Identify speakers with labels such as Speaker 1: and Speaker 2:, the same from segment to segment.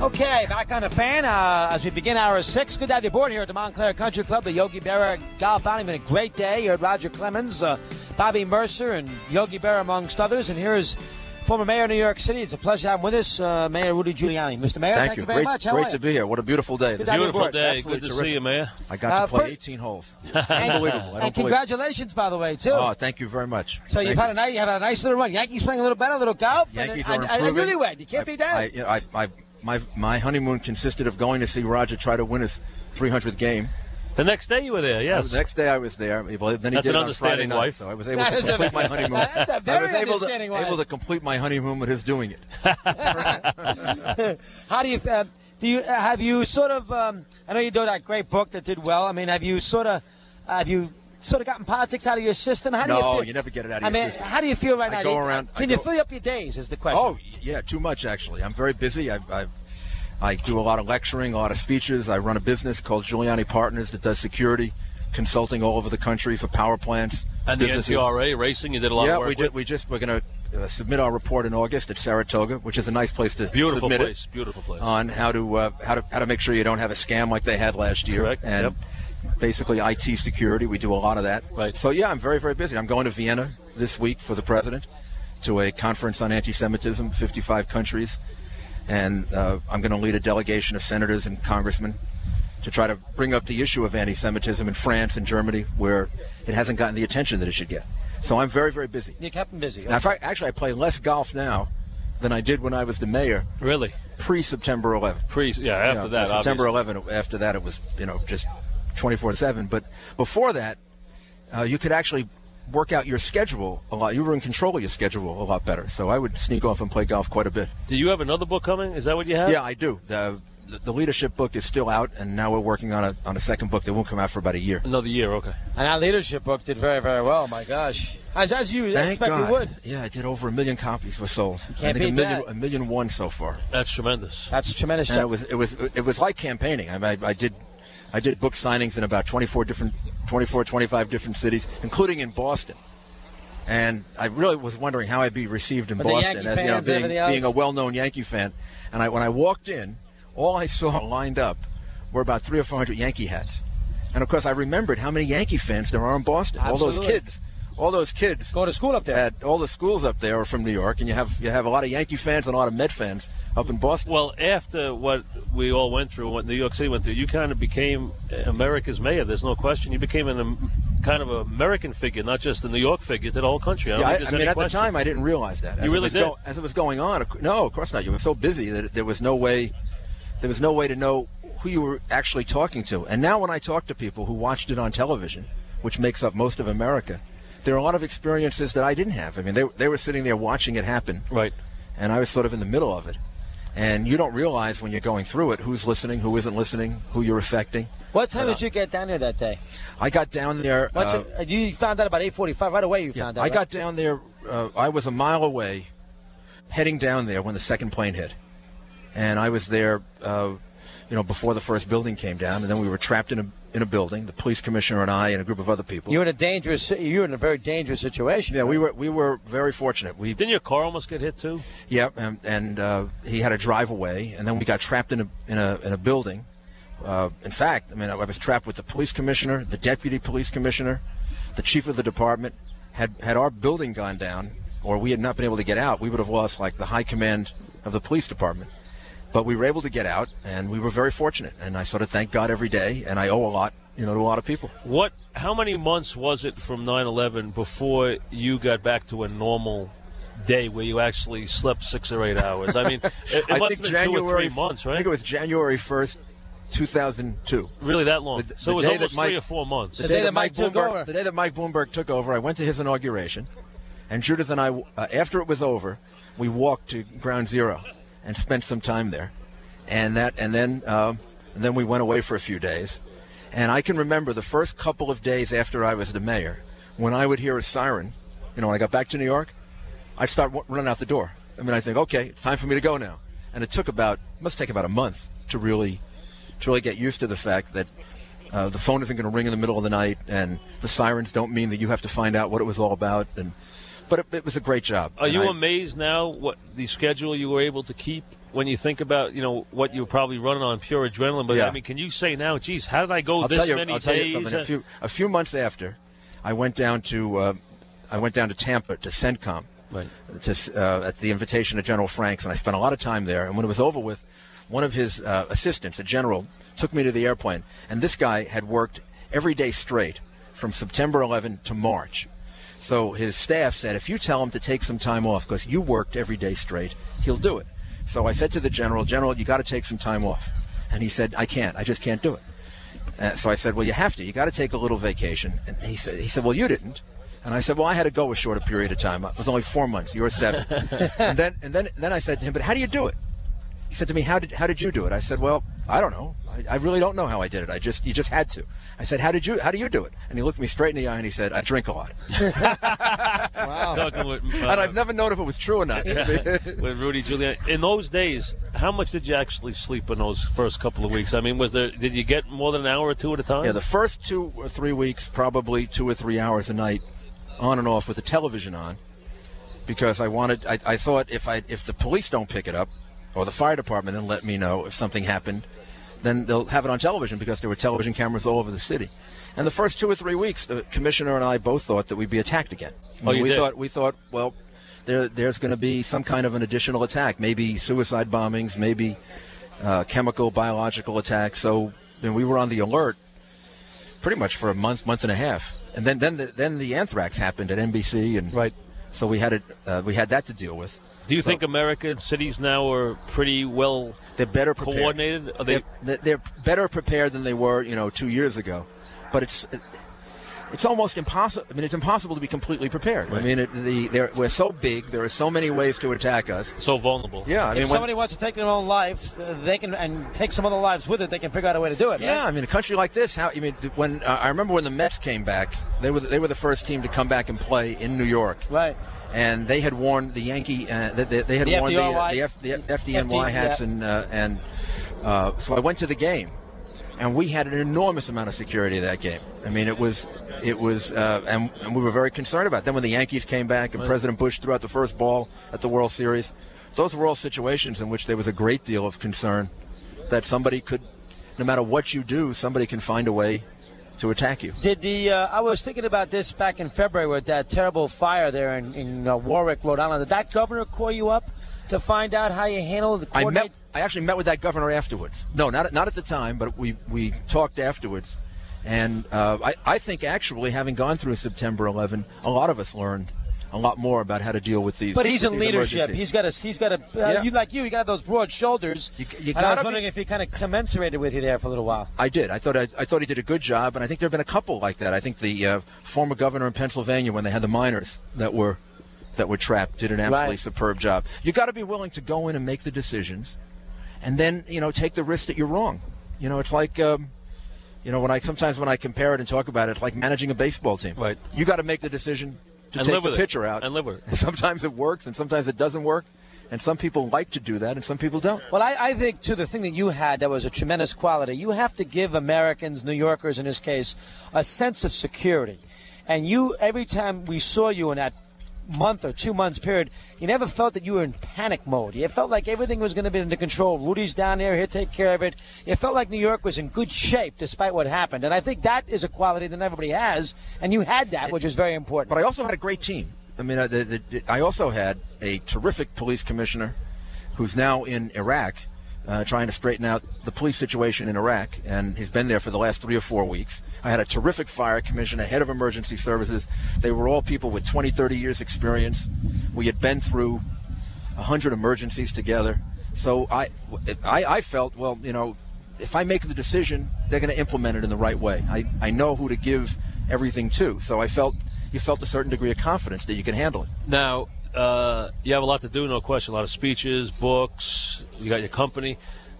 Speaker 1: Okay, back on the fan uh, as we begin hour six. Good to have you aboard here at the Montclair Country Club, the Yogi Berra Golf Outing. Been a great day. You heard Roger Clemens, uh, Bobby Mercer, and Yogi Berra, amongst others. And here is former mayor of New York City. It's a pleasure to have him with us, uh, Mayor Rudy Giuliani. Mr. Mayor, thank, you. very
Speaker 2: great,
Speaker 1: much. How
Speaker 2: Great
Speaker 1: are
Speaker 2: to
Speaker 1: you?
Speaker 2: be here. What a beautiful day.
Speaker 1: Good
Speaker 2: This
Speaker 1: to have
Speaker 2: is
Speaker 1: you
Speaker 3: Beautiful
Speaker 1: aboard.
Speaker 3: day.
Speaker 2: absolutely
Speaker 3: Good to
Speaker 2: terrific.
Speaker 3: see you, man.
Speaker 2: I got
Speaker 1: Uh,
Speaker 2: to play
Speaker 1: fir-
Speaker 2: 18 holes. Unbelievable. I
Speaker 1: And
Speaker 2: don't believe it.
Speaker 1: congratulations, by the way, too.
Speaker 2: Oh, thank you very much.
Speaker 1: so you've
Speaker 2: Thank
Speaker 1: had a nice, you have had a nice little run. Yankees playing a little better, a little golf. and-
Speaker 2: Yankees
Speaker 1: and,
Speaker 2: are
Speaker 1: and,
Speaker 2: improving.
Speaker 1: really wet. You can't
Speaker 2: I-
Speaker 1: be down.
Speaker 2: I, you know, I, I, my, my honeymoon consisted of going to see Roger try to win his 300th game.
Speaker 3: The next day you were there, yes.
Speaker 2: The next day I was there. Well, then he
Speaker 3: That's
Speaker 2: did
Speaker 3: an
Speaker 2: it on Friday
Speaker 3: understanding
Speaker 2: night,
Speaker 3: wife.
Speaker 2: so I was able
Speaker 1: That
Speaker 2: to
Speaker 1: is a-
Speaker 2: complete my honeymoon.
Speaker 1: that's a
Speaker 2: I
Speaker 1: very
Speaker 2: was able
Speaker 1: understanding
Speaker 2: to,
Speaker 1: wife.
Speaker 2: able to complete my honeymoon with his doing it.
Speaker 1: How do you uh, do? You uh, have you sort of? Um, I know you do that great book that did well. I mean, have you sort of? Have you sort of gotten politics out of your system? How do you
Speaker 2: No,
Speaker 1: feel?
Speaker 2: you never get it out of
Speaker 1: I
Speaker 2: your
Speaker 1: mean,
Speaker 2: system.
Speaker 1: how do you feel right
Speaker 2: I
Speaker 1: now?
Speaker 2: go
Speaker 1: Do you-
Speaker 2: around- I
Speaker 1: Can you
Speaker 2: go-
Speaker 1: fill up your days? Is the question.
Speaker 2: Oh yeah, too much actually. I'm very busy. I've, I've I do a lot of lecturing, a lot of speeches. I run a business called Giuliani Partners that does security consulting all over the country for power plants.
Speaker 3: and the
Speaker 2: businesses.
Speaker 3: NCRA racing, you did a lot
Speaker 2: Yeah,
Speaker 3: of work
Speaker 2: we
Speaker 3: with.
Speaker 2: just, we just we're going to uh, submit our report in August at Saratoga, which is a nice place to
Speaker 3: Beautiful
Speaker 2: submit it
Speaker 3: place. Beautiful place.
Speaker 2: on how to uh, how to how to make sure you don't have a scam like they had last year.
Speaker 3: Correct,
Speaker 2: And basically IT security, we do a lot of that.
Speaker 3: Right.
Speaker 2: So yeah, I'm very very busy. I'm going to Vienna this week for the president to a conference on anti-Semitism, 55 countries, and uh, I'm going to lead a delegation of senators and congressmen to try to bring up the issue of anti-Semitism in France and Germany, where it hasn't gotten the attention that it should get. So I'm very very busy.
Speaker 1: you kept them busy.
Speaker 2: Now, in fact, actually, I play less golf now than I did when I was the mayor
Speaker 3: really?
Speaker 2: pre-September 11
Speaker 3: Pre, yeah, after
Speaker 2: know,
Speaker 3: that,
Speaker 2: September
Speaker 3: obviously.
Speaker 2: 11th. After that, it was you know just 24/7. But before that, uh, you could actually work out your schedule a lot. You were in control of your schedule a lot better. So I would sneak off and play golf quite a bit.
Speaker 3: Do you have another book coming? Is that what you
Speaker 1: Uh,
Speaker 3: have?
Speaker 2: Yeah, I do. The, the leadership book is still out, and now we're working on a on a second book that won't come out for about a year.
Speaker 3: Another year, okay.
Speaker 1: And our leadership book did very, very well. My gosh, as, as you
Speaker 2: Thank
Speaker 1: expected
Speaker 2: God.
Speaker 1: would.
Speaker 2: Yeah, I did over a million copies were sold.
Speaker 1: can't
Speaker 2: I think
Speaker 1: beat
Speaker 2: a million,
Speaker 1: that.
Speaker 2: a million one so far.
Speaker 3: That's tremendous.
Speaker 1: That's a tremendous.
Speaker 2: And it
Speaker 1: job.
Speaker 2: was it was it was like campaigning. I, mean, I, I did I did book signings in about 24 different 24 25 different cities, including in Boston. And I really was wondering how I'd be received in
Speaker 1: the
Speaker 2: Boston,
Speaker 1: Yankee
Speaker 2: as, you know,
Speaker 1: fans,
Speaker 2: being,
Speaker 1: everything else.
Speaker 2: being a well-known Yankee fan. And I, when I walked in, all I saw lined up were about three or four hundred Yankee hats. And of course, I remembered how many Yankee fans there are in Boston. All those
Speaker 1: Absolutely.
Speaker 2: kids, all those kids
Speaker 1: Go to school up there.
Speaker 2: at all the schools up there are from New York, and you have you have a lot of Yankee fans and a lot of Met fans up in Boston.
Speaker 3: Well, after what we all went through, what New York City went through, you kind of became America's mayor. There's no question. You became an um, kind of American figure, not just a New York figure, to the whole country. I don't
Speaker 2: Yeah, I,
Speaker 3: think
Speaker 2: I
Speaker 3: there's
Speaker 2: mean,
Speaker 3: any
Speaker 2: at
Speaker 3: question.
Speaker 2: the time, I didn't realize that. As
Speaker 3: You
Speaker 2: it
Speaker 3: really
Speaker 2: was
Speaker 3: did?
Speaker 2: as it was going on, of cou- no, of course not. You were so busy that there was no way, there was no way to know who you were actually talking to. And now, when I talk to people who watched it on television, which makes up most of America, there are a lot of experiences that I didn't have. I mean, they they were sitting there watching it happen,
Speaker 3: Right.
Speaker 2: and I was sort of in the middle of it. And you don't realize when you're going through it who's listening, who isn't listening, who you're affecting.
Speaker 1: what time did you get down there that day?
Speaker 2: I got down there.
Speaker 1: What's
Speaker 2: uh,
Speaker 1: it- you found out about eight forty-five right away. You
Speaker 2: Yeah,
Speaker 1: found out.
Speaker 2: I
Speaker 1: right?
Speaker 2: got down there. Uh, I was a mile away, heading down there when the second plane hit, and I was there, uh, you know, before the first building came down, and then we were trapped in a in a building. The police commissioner and I and a group of other people.
Speaker 1: You're in a dangerous. You're in a very dangerous situation.
Speaker 2: yeah, we were we were very fortunate. We
Speaker 3: Didn't your car almost get hit, too?
Speaker 2: yeah, and, and uh, he had a drive away, and then we got trapped in a in a in a building. Uh, in fact, I mean, I, I was trapped with the police commissioner, the deputy police commissioner, the chief of the department. Had had our building gone down, or we had not been able to get out, we would have lost like the high command of the police department. But we were able to get out, and we were very fortunate. And I sort of thank God every day, and I owe a lot, you know, to a lot of people.
Speaker 3: What? How many months was it from 9/11 before you got back to a normal day where you actually slept six or eight hours? I mean, it, it
Speaker 2: I
Speaker 3: must
Speaker 2: think
Speaker 3: have been
Speaker 2: January,
Speaker 3: two or three months,
Speaker 2: I
Speaker 3: right?
Speaker 2: think it was January first, two thousand two.
Speaker 3: really that long?
Speaker 2: the- the
Speaker 3: so it was
Speaker 2: day
Speaker 3: almost
Speaker 2: that Mike-
Speaker 3: three or four months.
Speaker 1: The day that Mike took
Speaker 2: Bloomberg,
Speaker 1: over.
Speaker 2: The day that Mike Bloomberg took over, I went to his inauguration, and Judith and I, uh, after it was over, we walked to Ground Zero and spent some time there, and that, and then, um, and then we went away for a few days, and I can remember the first couple of days after I was the mayor, when I would hear a siren, you know, when I got back to New York, I'd start w- running out the door. I mean, I think, okay, it's time for me to go now, and it took about, must take about a month to really, to really get used to the fact that uh, the phone isn't going to ring in the middle of the night, and the sirens don't mean that you have to find out what it was all about. And but it, it was a great job.
Speaker 3: Are
Speaker 2: And
Speaker 3: you
Speaker 2: I-
Speaker 3: amazed now what the schedule you were able to keep? when you think about you know what you're probably running on pure adrenaline. But
Speaker 2: Yeah.
Speaker 3: I mean, can you say now, geez, how did I go
Speaker 2: I'll
Speaker 3: this
Speaker 2: tell you.
Speaker 3: many
Speaker 2: I'll tell you
Speaker 3: days?
Speaker 2: something. A
Speaker 3: and-
Speaker 2: few, a few months after, I went down to uh, I went down to Tampa to CENTCOM
Speaker 3: Right.
Speaker 2: to, uh, at the invitation of General Franks, and I spent a lot of time there. And when it was over with, one of his uh, assistants, a general, took me to the airplane, and this guy had worked every day straight from September 11 to March. So his staff said, if you tell him to take some time off because you worked every day straight, he'll do it. So I said to the general, General, you got to take some time off. And he said, I can't. I just can't do it. Uh, so I said, "Well, you have to. You got to take a little vacation." And he said, "He said, well, you didn't." And I said, "Well, I had to go a shorter period of time. It was only four months. You were seven. and then, and then, then I said to him, "But how do you do it?" He said to me, "How did how did you do it?" I said, "Well, I don't know. I, I really don't know how I did it. I just you just had to." I said, "How did you how do you do it?" And he looked me straight in the eye and he said, "I drink a lot."
Speaker 1: Wow.
Speaker 3: Talking with, uh,
Speaker 2: And I've never known if it was true or not.
Speaker 3: with Rudy Giuliani. In those days, how much did you actually sleep in those first couple of weeks? I mean, was there did you get more than an hour or two at a time?
Speaker 2: Yeah, the first two or three weeks, probably two or three hours a night, on and off with the television on, because I wanted. I, I thought if I if the police don't pick it up, or the fire department, and let me know if something happened, then they'll have it on television because there were television cameras all over the city. And the first two or three weeks, the commissioner and I both thought that we'd be attacked again.
Speaker 3: Oh, you
Speaker 2: we
Speaker 3: did?
Speaker 2: thought we thought well. There, there's going to be some kind of an additional attack, maybe suicide bombings, maybe uh, chemical, biological attacks. So then we were on the alert pretty much for a month, month and a half, and then then the, then the anthrax happened at NBC, and
Speaker 3: Right.
Speaker 2: So we had it, uh, we had that to deal with.
Speaker 3: Do you think American cities now are pretty well?
Speaker 2: They're better prepared.
Speaker 3: Coordinated? Are they-
Speaker 2: They're- they're, they're better prepared than they were, you know, two years ago, but it's. it's almost impossible. I mean, it's impossible to be completely prepared. I mean, it, the, they're, we're so big. There are so many ways to attack us.
Speaker 3: So vulnerable.
Speaker 2: Yeah, I mean,
Speaker 1: If
Speaker 2: when-
Speaker 1: somebody wants to take their own life, uh, they can, and take some other lives with it. They can figure out a way to do it.
Speaker 2: Yeah,
Speaker 1: right?
Speaker 2: I mean, a country like this. How you mean? th- When uh, I remember when the Mets came back, they were they were the first team to come back and play in New York.
Speaker 1: Right.
Speaker 2: And they had worn the Yankee. Uh, they, they, they had
Speaker 1: The
Speaker 2: worn the, uh,
Speaker 1: FDRY.
Speaker 2: the, F, the FDNY
Speaker 1: FD,
Speaker 2: hats,
Speaker 1: yeah.
Speaker 2: and uh, and uh, so I went to the game, and we had an enormous amount of security that game. I mean, it was it was, uh, and, and we were very concerned about. It. Then when the Yankees came back and President Bush threw out the first ball at the World Series, those were all situations in which there was a great deal of concern that somebody could, no matter what you do, somebody can find a way to attack you.
Speaker 1: Did the uh, I was thinking about this back in February with that terrible fire there in, in uh, Warwick, Rhode Island. Did that governor call you up to find out how you handled the
Speaker 2: I met. I actually met with that governor afterwards. No, not not at the time, but we we talked afterwards, and uh, I I think actually having gone through September 11, a lot of us learned a lot more about how to deal with these.
Speaker 1: But he's
Speaker 2: with
Speaker 1: in
Speaker 2: these
Speaker 1: leadership.
Speaker 2: emergencies.
Speaker 1: He's got a. He's got a. Uh,
Speaker 2: Yeah.
Speaker 1: You like you. You got those broad shoulders.
Speaker 2: You- you
Speaker 1: and I was
Speaker 2: gotta
Speaker 1: wondering
Speaker 2: be-
Speaker 1: if he kind of commensurated with you there for a little while.
Speaker 2: I did. I thought I, I thought he did a good job, and I think there have been a couple like that. I think the uh, former governor in Pennsylvania, when they had the miners that were that were trapped, did an absolutely
Speaker 1: Right.
Speaker 2: superb job. You got to be willing to go in and make the decisions, and then you know take the risk that you're wrong. You know, it's like. Um, you know, when I sometimes when I compare it and talk about it, it's like managing a baseball team.
Speaker 3: Right.
Speaker 2: You got to make the decision to
Speaker 3: And
Speaker 2: take
Speaker 3: live
Speaker 2: the
Speaker 3: with it.
Speaker 2: pitcher out.
Speaker 3: And live with it.
Speaker 2: And sometimes it works, and sometimes it doesn't work. And some people like to do that, and some people don't.
Speaker 1: Well, I, I think too the thing that you had that was a tremendous quality. You have to give Americans, New Yorkers in this case, a sense of security. And you, every time we saw you in that month or two months period, you never felt that you were in panic mode. You felt like everything was going to be under control. Rudy's down there; he'll take care of it. It felt like New York was in good shape despite what happened. And I think that is a quality that everybody has, and you had that, which is very important.
Speaker 2: But I also had a great team. I mean, I, the, the, I also had a terrific police commissioner who's now in Iraq uh, trying to straighten out the police situation in Iraq, and he's been there for the last three or four weeks. I had a terrific fire commissioner, head of emergency services. They were all people with 20, 30 years' experience. We had been through 100 emergencies together. So I, I, I felt, well, you know, if I make the decision, they're going to implement it in the right way. I, I know who to give everything to. So I felt, you felt a certain degree of confidence that you can handle it.
Speaker 3: Now, uh, you have a lot to do, no question. A lot of speeches, books. You got your company.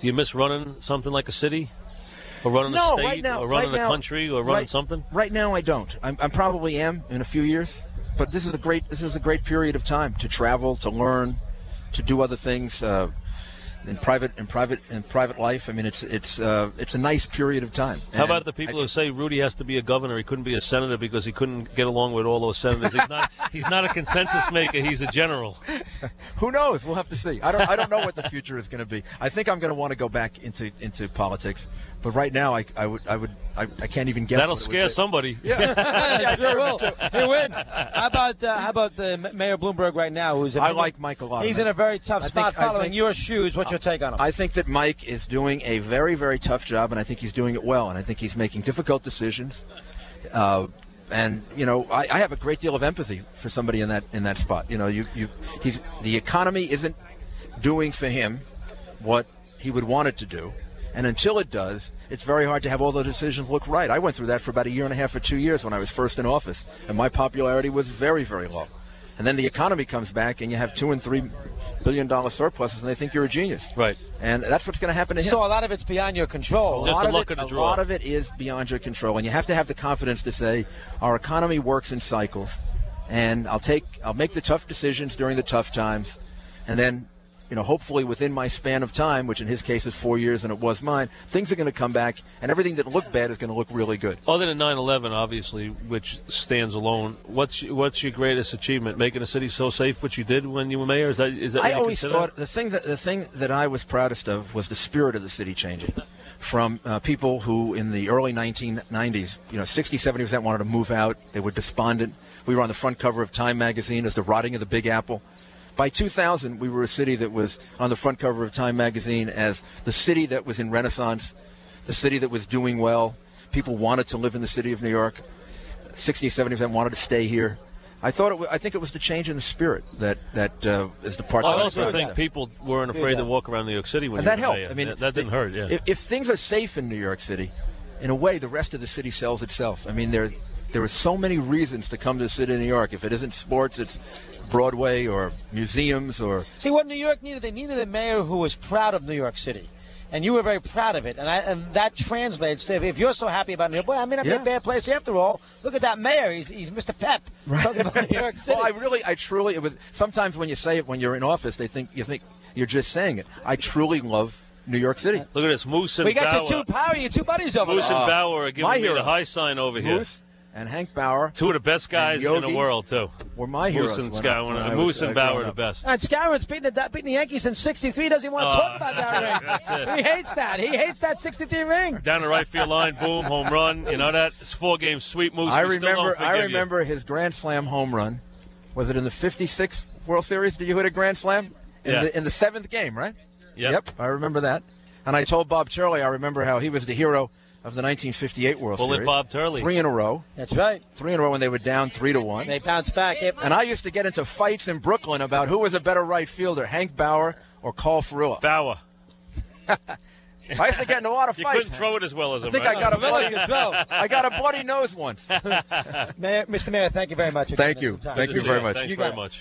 Speaker 3: Do you miss running something like a city, or running a state, or running a country, or running
Speaker 2: right-
Speaker 3: something?
Speaker 2: Right now, I don't. I'm, I probably am in a few years, but this is a great this is a great period of time to travel, to learn, to do other things. Uh, in private in private in private life. I mean, it's it's uh, it's a nice period of time.
Speaker 3: How about the people who say Rudy has to be a governor? He couldn't be a senator because he couldn't get along with all those senators. He's not he's not a consensus maker. He's a general.
Speaker 2: who knows? We'll have to see. I don't I don't know what the future is going to be. I think I'm going to want to go back into into politics, but right now I, I would I would I, I can't even guess.
Speaker 3: That'll
Speaker 2: what it would
Speaker 3: scare
Speaker 2: be.
Speaker 3: somebody.
Speaker 1: Yeah, sure will. He win. How about uh, how about the M- Mayor Bloomberg right now? Who's in-
Speaker 2: I like Mike a lot.
Speaker 1: He's
Speaker 2: man.
Speaker 1: in a very tough
Speaker 2: I
Speaker 1: spot
Speaker 2: think- I
Speaker 1: following
Speaker 2: think-
Speaker 1: your shoes. What's your take on him?
Speaker 2: I think that Mike is doing a very, very tough job, and I think he's doing it well. And I think he's making difficult decisions. Uh, and you know, I, I have a great deal of empathy for somebody in that in that spot. You know, you, you he's the economy isn't doing for him what he would want it to do, and until it does, it's very hard to have all the decisions look right. I went through that for about a year and a half or two years when I was first in office, and my popularity was very, very low. And then the economy comes back, and you have two and three billion dollar surpluses, and they think you're a genius.
Speaker 3: Right.
Speaker 2: And that's what's going to happen to him.
Speaker 1: so a lot of it's beyond your control.
Speaker 2: Oh, a
Speaker 3: Just
Speaker 2: lot,
Speaker 3: the
Speaker 2: of
Speaker 3: luck
Speaker 2: it,
Speaker 3: of the
Speaker 2: a
Speaker 3: draw.
Speaker 2: lot of it is beyond your control, and you have to have the confidence to say, "Our economy works in cycles, and I'll take, I'll make the tough decisions during the tough times, and then, you know, hopefully within my span of time, which in his case is four years, and it was mine, things are going to come back, and everything that looked bad is going to look really good."
Speaker 3: Other than 9/11, obviously, which stands alone, what's your, what's your greatest achievement? Making the city so safe, which you did when you were mayor. Is that is that? what
Speaker 2: I
Speaker 3: you
Speaker 2: always
Speaker 3: consider?
Speaker 2: thought the thing that the thing that I was proudest of was the spirit of the city changing, from uh, people who in the early 1990s, you know, 60, 70 percent wanted to move out. They were despondent. We were on the front cover of Time magazine as the rotting of the Big Apple. By 2000, we were a city that was on the front cover of Time magazine as the city that was in renaissance, the city that was doing well. People wanted to live in the city of New York. 60, 70 percent wanted to stay here. I thought it. wa- I think it was the change in the spirit that that uh, is the part.
Speaker 3: I
Speaker 2: that I'm
Speaker 3: also
Speaker 2: proud
Speaker 3: think
Speaker 2: of.
Speaker 3: people weren't afraid to walk around New York City when
Speaker 2: And
Speaker 3: you
Speaker 2: that
Speaker 3: were
Speaker 2: helped.
Speaker 3: mayor.
Speaker 2: I mean,
Speaker 3: that, that didn't
Speaker 2: it-
Speaker 3: hurt. Yeah.
Speaker 2: If, if things are safe in New York City, in a way, the rest of the city sells itself. I mean, there there are so many reasons to come to the city of New York. If it isn't sports, it's Broadway or museums or
Speaker 1: See what New York needed? They needed a mayor who was proud of New York City. And you were very proud of it, and, I, and that translates to if, if you're so happy about New York. Well, I mean, not be a
Speaker 2: Yeah.
Speaker 1: bad place after all. Look at that mayor; he's, he's Mr. Pep talking about New York City.
Speaker 2: Well, I really, I truly, it was. Sometimes when you say it when you're in office, they think you think you're just saying it. I truly love New York City.
Speaker 3: Look at this, Moose and
Speaker 1: we got
Speaker 3: Bauer.
Speaker 1: your two power, your two buddies over
Speaker 3: Moose
Speaker 1: there.
Speaker 3: and Bauer are giving
Speaker 2: Uh, my
Speaker 3: me the
Speaker 2: heroes.
Speaker 3: high sign over here.
Speaker 2: Moose and Hank Bauer
Speaker 3: Two of the best guys in the
Speaker 2: Yogi
Speaker 3: world, too.
Speaker 2: were my
Speaker 3: Moose
Speaker 2: heroes.
Speaker 3: and,
Speaker 2: when
Speaker 3: Sky-
Speaker 2: I-
Speaker 3: when
Speaker 2: when
Speaker 3: I-
Speaker 2: I was,
Speaker 3: Moose and
Speaker 2: uh,
Speaker 3: Bauer are
Speaker 2: growing
Speaker 3: the
Speaker 2: up.
Speaker 3: best.
Speaker 1: And Scarron's beating the, beating the Yankees since '63. Doesn't even want to
Speaker 3: Oh,
Speaker 1: talk about that
Speaker 3: that's
Speaker 1: ring.
Speaker 3: it.
Speaker 1: He hates that. He hates that '63 ring.
Speaker 3: Down the right field line, boom, home run. You know that it's four game sweep, Moose.
Speaker 2: I
Speaker 3: we still don't
Speaker 2: remember. I
Speaker 3: forgive you.
Speaker 2: remember his grand slam home run. Was it in the '56 World Series? Did you hit a grand slam in,
Speaker 3: Yeah.
Speaker 2: the, in the seventh game? Right.
Speaker 3: Yep.
Speaker 2: I remember that. And I told Bob Turley. I remember how he was the hero of the 1958 World
Speaker 3: Bullet
Speaker 2: Series.
Speaker 3: Bob Turley.
Speaker 2: Three in a row.
Speaker 1: That's right.
Speaker 2: Three in a row when they were down three to one.
Speaker 1: They bounce back. It-
Speaker 2: And I used to get into fights in Brooklyn about who was a better right fielder, Hank Bauer or Carl Ferrillo.
Speaker 3: Bauer.
Speaker 2: I used to get into a lot of
Speaker 3: You
Speaker 2: fights.
Speaker 3: couldn't throw it as well as him.
Speaker 2: I think
Speaker 3: right?
Speaker 2: I got a
Speaker 1: Look at
Speaker 2: bloody,
Speaker 1: you go.
Speaker 2: I got a bloody nose once.
Speaker 1: Mayor, Mr. Mayor, thank you very much. for giving
Speaker 2: Thank
Speaker 1: us
Speaker 2: you.
Speaker 1: some time.
Speaker 2: Thank
Speaker 3: Good to
Speaker 2: you
Speaker 3: see
Speaker 2: very
Speaker 3: you.
Speaker 2: much.
Speaker 3: Thanks
Speaker 1: You got
Speaker 3: very
Speaker 1: it.
Speaker 3: much.